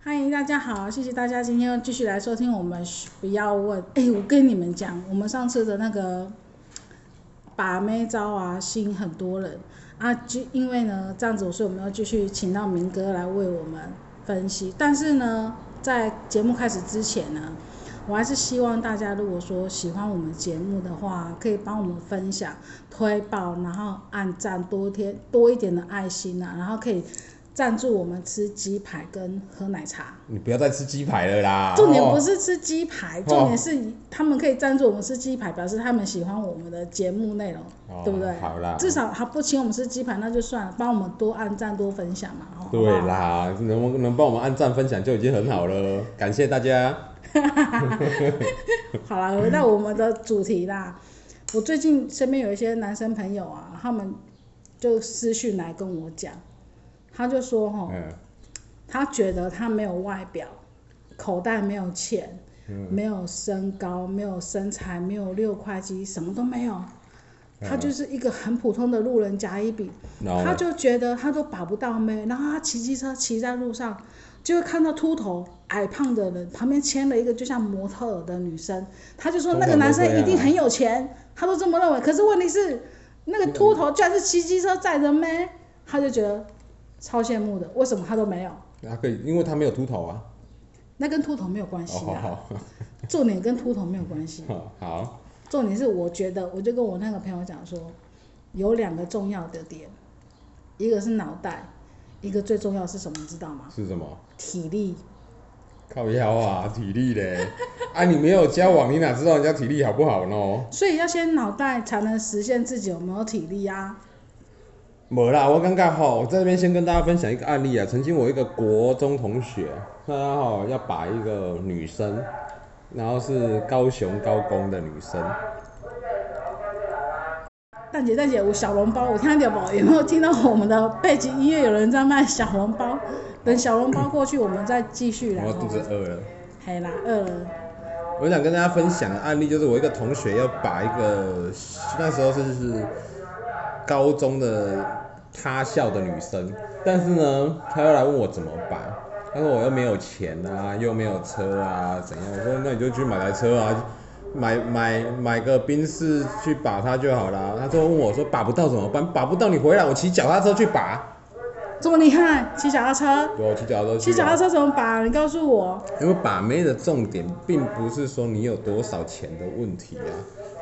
嗨，大家好，谢谢大家今天又继续来收听我们嘘不要问。哎，我跟你们讲，我们上次的那个把妹招啊，吸引很多人啊，就因为呢这样子，所以我们要继续请到明哥来为我们分析。但是呢，在节目开始之前呢，我还是希望大家如果说喜欢我们节目的话，可以帮我们分享、推爆，然后按赞多天多一点的爱心啊，然后可以赞助我们吃鸡排跟喝奶茶。你不要再吃鸡排了啦！重点哦不是吃鸡排，哦重点是他们可以赞助我们吃鸡排，表示他们喜欢我们的节目内容，哦对不对？好啦至少他不请我们吃鸡排，那就算了，帮我们多按赞、多分享嘛，哦对。好啦，能能帮我们按赞分享就已经很好了，感谢大家。不好好了，回到我们的主题啦。我最近身边有一些男生朋友啊，他们就私讯来跟我讲，他就说哦哈、嗯，他觉得他没有外表，口袋没有钱，没有身高，没有身材，没有六块肌，什么都没有。他就是一个很普通的路人甲乙丙，然后他呢就觉得他都把不到妹，然后他骑机车骑在路上，就会看到秃头矮胖的人，旁边牵了一个就像模特儿的女生，他就说通那常个男生都这样一定很有钱，他都这么认为。可是问题是，那个秃头居然是骑机车载着妹，他就觉得超羡慕的，为什么他都没有？他可以，因为他没有秃头啊。那跟秃头没有关系哦，好啊，好重点跟秃头没有关系。好 好，重点是我觉得，我就跟我那个朋友讲说，有两个重要的点，一个是脑袋，一个最重要是什么，你知道吗？是什么？体力。靠腰啊，体力嘞！啊，你没有交往，你哪知道人家体力好不好呢？所以要先脑袋才能实现自己有没有体力啊。没啦，我尴尬吼，我在这边先跟大家分享一个案例啊。曾经我一个国中同学，他吼要把一个女生，然后是高雄高工的女生，蛋姐，蛋姐，我小笼包，我听到宝有没有听到我们的背景音乐？有人在卖小笼包，等小笼包过去，我们再继续来。我肚子饿了。黑啦，饿了，我想跟大家分享的案例就是，我一个同学要把一个那时候是是高中的他校的女生，但是呢，他又来问我怎么办，他说我又没有钱啊，又没有车啊，怎样？我说那你就去买台车啊，买买买个宾士去把它就好啦。他就问我说把不到怎么办？把不到你回来，我骑脚踏车去把。这么厉害，骑脚踏车，对，我骑脚踏车去骑啊。脚踏车怎么把？你告诉我。因为把妹的重点并不是说你有多少钱的问题啊，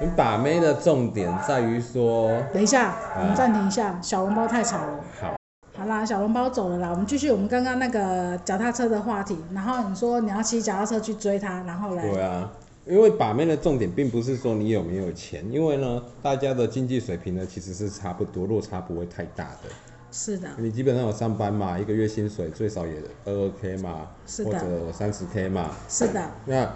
你把妹的重点在于说，等一下，哎我们暂停一下，小笼包太吵了。好，好啦，小笼包走了啦，我们继续我们刚刚那个脚踏车的话题。然后你说你要骑脚踏车去追他，然后来，对啊，因为把妹的重点并不是说你有没有钱，因为呢，大家的经济水平呢其实是差不多，落差不会太大的。是的，你基本上有上班嘛，一个月薪水最少也二二 k 嘛，是的或者三十 k 嘛，是的，那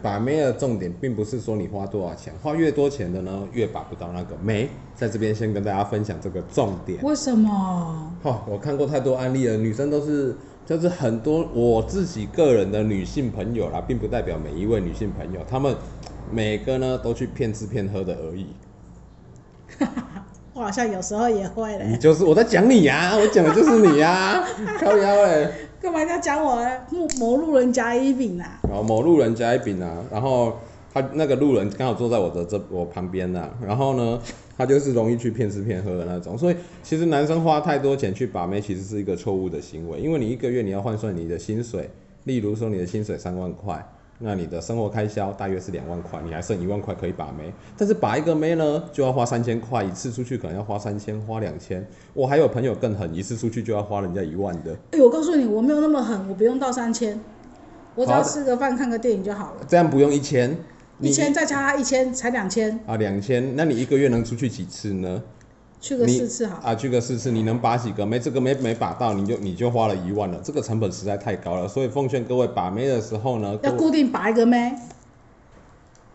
把妹的重点并不是说你花多少钱，花越多钱的呢越把不到那个妹。在这边先跟大家分享这个重点。为什么？哦，我看过太多案例了，女生都是就是很多我自己个人的女性朋友啦，并不代表每一位女性朋友，她们每个呢都去骗吃骗喝的而已。我好像有时候也会嘞你，就是我在讲你呀、我讲的就是你呀、靠腰嘞。干嘛要讲我嘞？某某路人甲乙丙啊，然后某路人甲乙丙啊，然后他那个路人刚好坐在我的这我旁边呐、然后呢，他就是容易去骗吃骗喝的那种，所以其实男生花太多钱去把妹，其实是一个错误的行为，因为你一个月你要换算你的薪水，例如说你的薪水三万块。那你的生活开销大约是两万块，你还剩一万块可以把妹，但是把一个妹呢就要花三千块，一次出去可能要花三千，花两千。我还有朋友更狠，一次出去就要花人家一万的，哎、我告诉你，我没有那么狠，我不用到三千，我只要好的吃个饭、看个电影就好了，这样不用一千，一你千再加他一千才两千，啊，两千，那你一个月能出去几次呢？去个你四次好了。啊，去个四次，你能把几个？没这个没没把到，你就你就花了一万了，这个成本实在太高了。所以奉劝各位把妹的时候呢，各要位固定拔一个妹，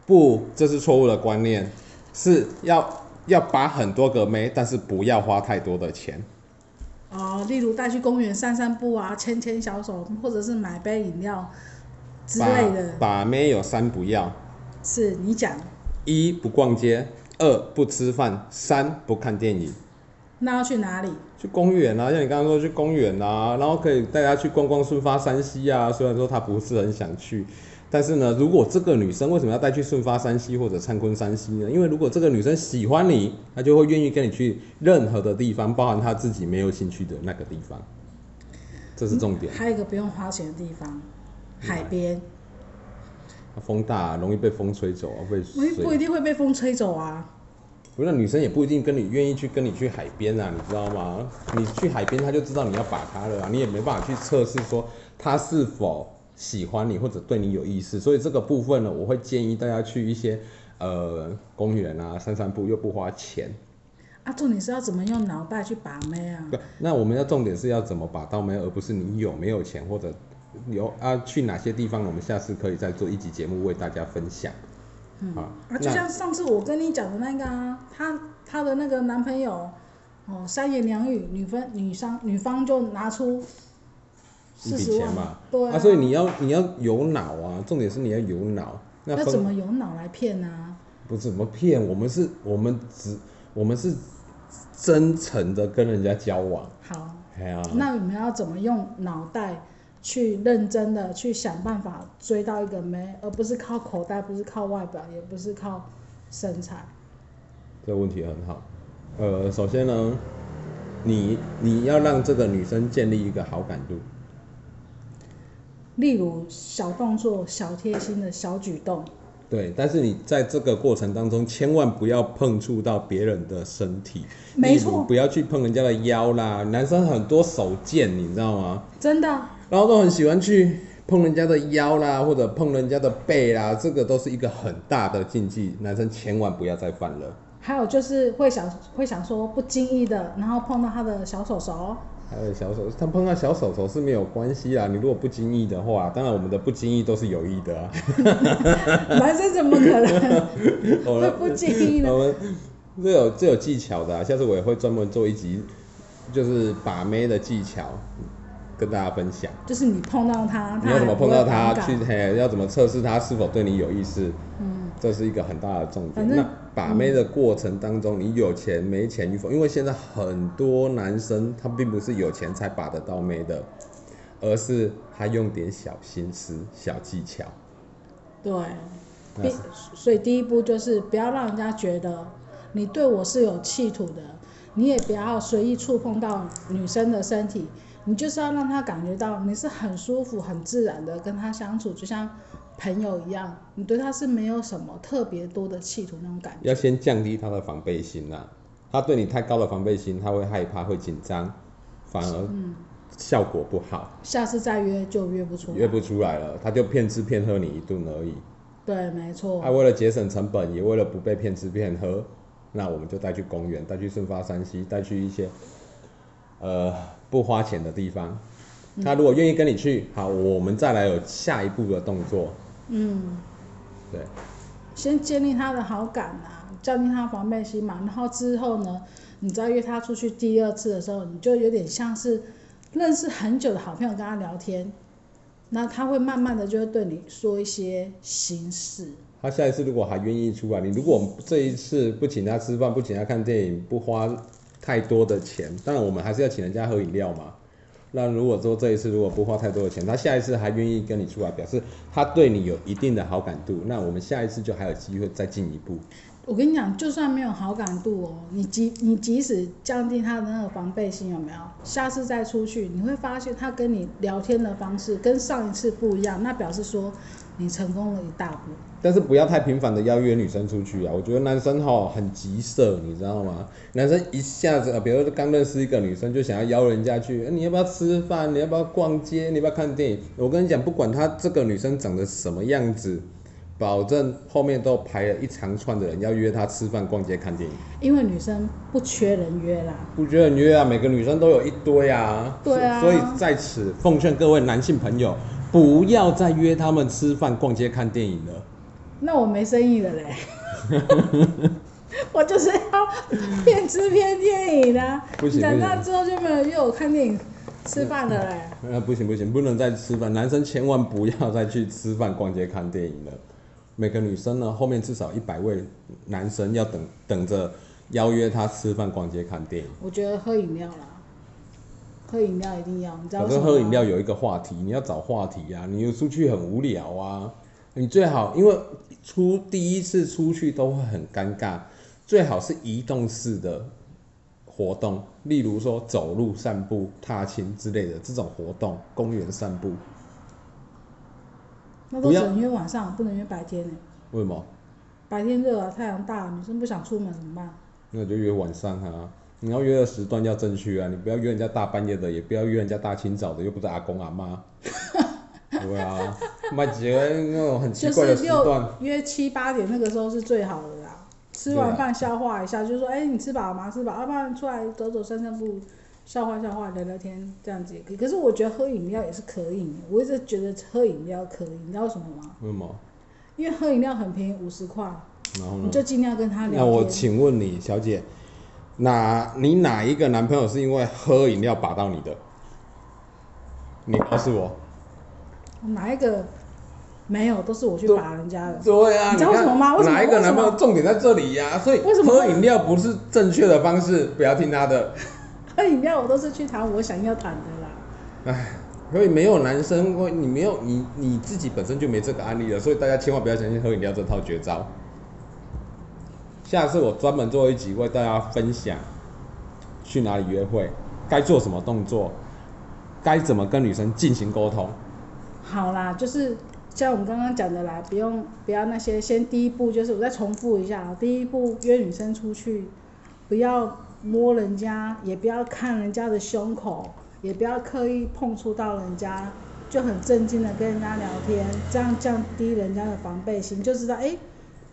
不，这是错误的观念，是要要把很多个妹，但是不要花太多的钱。哦，例如带去公园散散步啊，牵牵小手，或者是买杯饮料之把类的。把妹有三不要：是你讲，一不逛街，二不吃饭，三不看电影。那要去哪里？去去公园啊，像你刚刚说去公园啊，然后可以带她去逛逛顺发山西啊。虽然说她不是很想去，但是呢，如果这个女生为什么要带去顺发山西或者灿坤山西呢？因为如果这个女生喜欢你，她就会愿意跟你去任何的地方，包含她自己没有兴趣的那个地方。这是重点。还有一个不用花钱的地方，海边，风大容易被风吹走啊，被我也不水一定会被风吹走啊。不是女生也不一定跟你愿意去跟你去海边啊，你知道吗？你去海边，她就知道你要把她了啊，你也没办法去测试说她是否喜欢你或者对你有意思。所以这个部分呢，我会建议大家去一些呃公园啊散散步，又不花钱。啊，重点是要怎么用脑袋去把妹啊？对，那我们要重点是要怎么把到妹，而不是你有没有钱或者有啊去哪些地方。我们下次可以再做一集节目为大家分享。嗯，啊啊，就像上次我跟你讲的那个啊，她她的那个男朋友，哦，三言两语，女方女商女方就拿出一四笔十钱万嘛，对啊，所以你要你要有脑啊，重点是你要有脑。那那分怎么有脑来骗啊？不怎么骗？我们是，我们只我们是真诚的跟人家交往。好，哎呀、那你们要怎么用脑袋去认真的去想办法追到一个妹，而不是靠口袋，不是靠外表，也不是靠身材。这个问题很好。呃，首先呢，你你要让这个女生建立一个好感度，例如小动作、小贴心的小举动，对。但是你在这个过程当中，千万不要碰触到别人的身体，没例如错不要去碰人家的腰啦。男生很多手贱，你知道吗？真的然后都很喜欢去碰人家的腰啦，或者碰人家的背啦，这个都是一个很大的禁忌，男生千万不要再犯了。还有就是会想会想说不经意的，然后碰到他的小手 手，还有小手，他碰到小手手是没有关系啦。你如果不经意的话，当然我们的不经意都是有意的啊。男生怎么可 能我会们不经意呢？我们这有这有技巧的、啊，下次我也会专门做一集，就是把妹的技巧跟大家分享。就是你碰到他，你他要还怎么不会碰到他反感去？嘿，要怎么测试他是否对你有意思？嗯，这是一个很大的重点。反正嗯那把妹的过程当中，你有钱没钱与否，因为现在很多男生他并不是有钱才把得到妹的，而是他用点小心思、小技巧。对，啊那第是所以第一步就是不要让人家觉得你对我是有企图的，你也不要随意触碰到女生的身体，你就是要让她感觉到你是很舒服、很自然的跟她相处，就像朋友一样，你对她是没有什么特别多的企图那种感觉。要先降低他的防备心啦、他对你太高的防备心，他会害怕、会紧张，反而嗯效果不好，下次再约就约不出来约不出来了，他就骗吃骗喝你一顿而已。对，没错啊他、。为了节省成本，也为了不被骗吃骗喝，那我们就带去公园，带去顺发山西，带去一些呃不花钱的地方。嗯他如果愿意跟你去，好，我们再来有下一步的动作。嗯，对，先建立她的好感啊，降低她的防备心嘛。然后之后呢，你再约她出去第二次的时候，你就有点像是认识很久的好朋友跟她聊天，那她会慢慢的就会对你说一些心事。他下一次如果还愿意出来，你如果这一次不请他吃饭，不请他看电影，不花太多的钱，当然我们还是要请人家喝饮料嘛。那如果说这一次如果不花太多的钱，他下一次还愿意跟你出来，表示他对你有一定的好感度，那我们下一次就还有机会再进一步。我跟你讲，就算没有好感度哦，你即你即使降低他的那个防备心，有没有？下次再出去，你会发现他跟你聊天的方式跟上一次不一样，那表示说你成功了一大步。但是不要太频繁的邀约女生出去啊！我觉得男生哈很急色，你知道吗？男生一下子，呃比如说刚认识一个女生，就想要邀人家去，呃你要不要吃饭？你要不要逛街？你要不要看电影？我跟你讲，不管她这个女生长得什么样子，保证后面都排了一长串的人要约她吃饭、逛街、看电影。因为女生不缺人约啦，不觉得很约啊？每个女生都有一堆啊。对啊所以在此奉劝各位男性朋友，不要再约他们吃饭、逛街、看电影了。那我没生意了嘞。 我就是要骗吃骗电影啦、不行长不行大之后就没有人约我看电影、吃饭了嘞。那呃不行不行，不能再吃饭，男生千万不要再去吃饭、逛街、看电影了。每个女生呢，后面至少一百位男生要等等着邀约她吃饭、逛街、看电影。我觉得喝饮料啦，喝饮料一定要，你知道反为什正么喝吗饮料有一个话题，你要找话题啊，你出去很无聊啊，你最好因为出第一次出去都会很尴尬，最好是移动式的活动，例如说走路、散步、踏青之类的这种活动，公园散步，那都不只要能约晚上，不能约白天呢、为什么？白天热啊，太阳大，女生不想出门怎么办？那就约晚上啊。你要约的时段要正确啊，你不要约人家大半夜的，也不要约人家大清早的，又不是阿公 阿妈。对啊，麦杰那种很奇就怪的是时段。六约七八点那个时候是最好的啦。吃完饭消化一下，就是说，哎、你吃饱了吗？吃饱，要不然出来走走散散步，消化消化，聊聊天，这样子也可以。可是我觉得喝饮料也是可以，我一直觉得喝饮料可以，你知道为什么吗？为什么？因为喝饮料很便宜，五十块，然后你呢？就尽量跟他那聊我天。请问你，小姐，哪你哪一个男朋友是因为喝饮料把到你的？你告诉我。哪一个没有，都是我去对把人家的。对啊，你知道看为什么吗为什么哪一个男朋为友什重点在这里呀、所以为什么喝饮料不是正确的方式，不要听他的。 喝饮料我都是去谈我想要谈的啦。唉，所以没有男生会，你没有你你自己本身就没这个案例了，所以大家千万不要相信喝饮料这套绝招。下次我专门做一集为大家分享去哪里约会，该做什么动作，该怎么跟女生进行沟通。好啦，就是像我们刚刚讲的啦，不用不要那些，先第一步就是我再重复一下啊，第一步约女生出去，不要摸人家，也不要看人家的胸口，也不要刻意碰触到人家，就很正经的跟人家聊天，这样降低人家的防备心，就知道哎、诶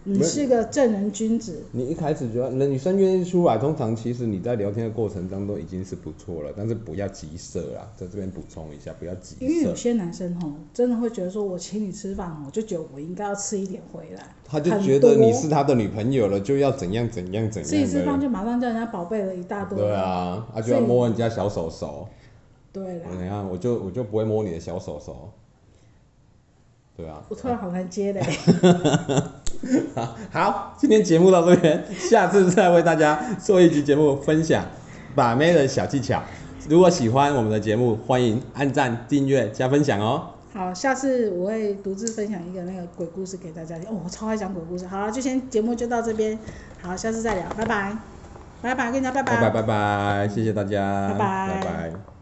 你没是个正人君子。你一开始觉得那女生愿意出来，通常其实你在聊天的过程当中已经是不错了，但是不要急色啦，在这边补充一下，不要急因为色有。些男生吼，真的会觉得说，我请你吃饭哦，就觉得我应该要吃一点回来。他就很觉得你多是他的女朋友了，就要怎样怎样怎样。吃一次饭就马上叫人家宝贝了一大堆。对啊，啊就所要以摸人家小手手，对啦，你看我就我就不会摸你的小手手，对啊。我突然好难接嘞。 好，今天节目到这边， 下次再为大家做一集节目分享把妹的小技巧。如果喜欢我们的节目，欢迎按赞、订阅、加分享哦。好，下次我会独自分享一个那个鬼故事给大家听。哦，我超爱讲鬼故事。好了，就先节目就到这边。好，下次再聊，拜拜，拜拜，跟大家拜拜拜拜拜，谢谢大家，拜拜拜拜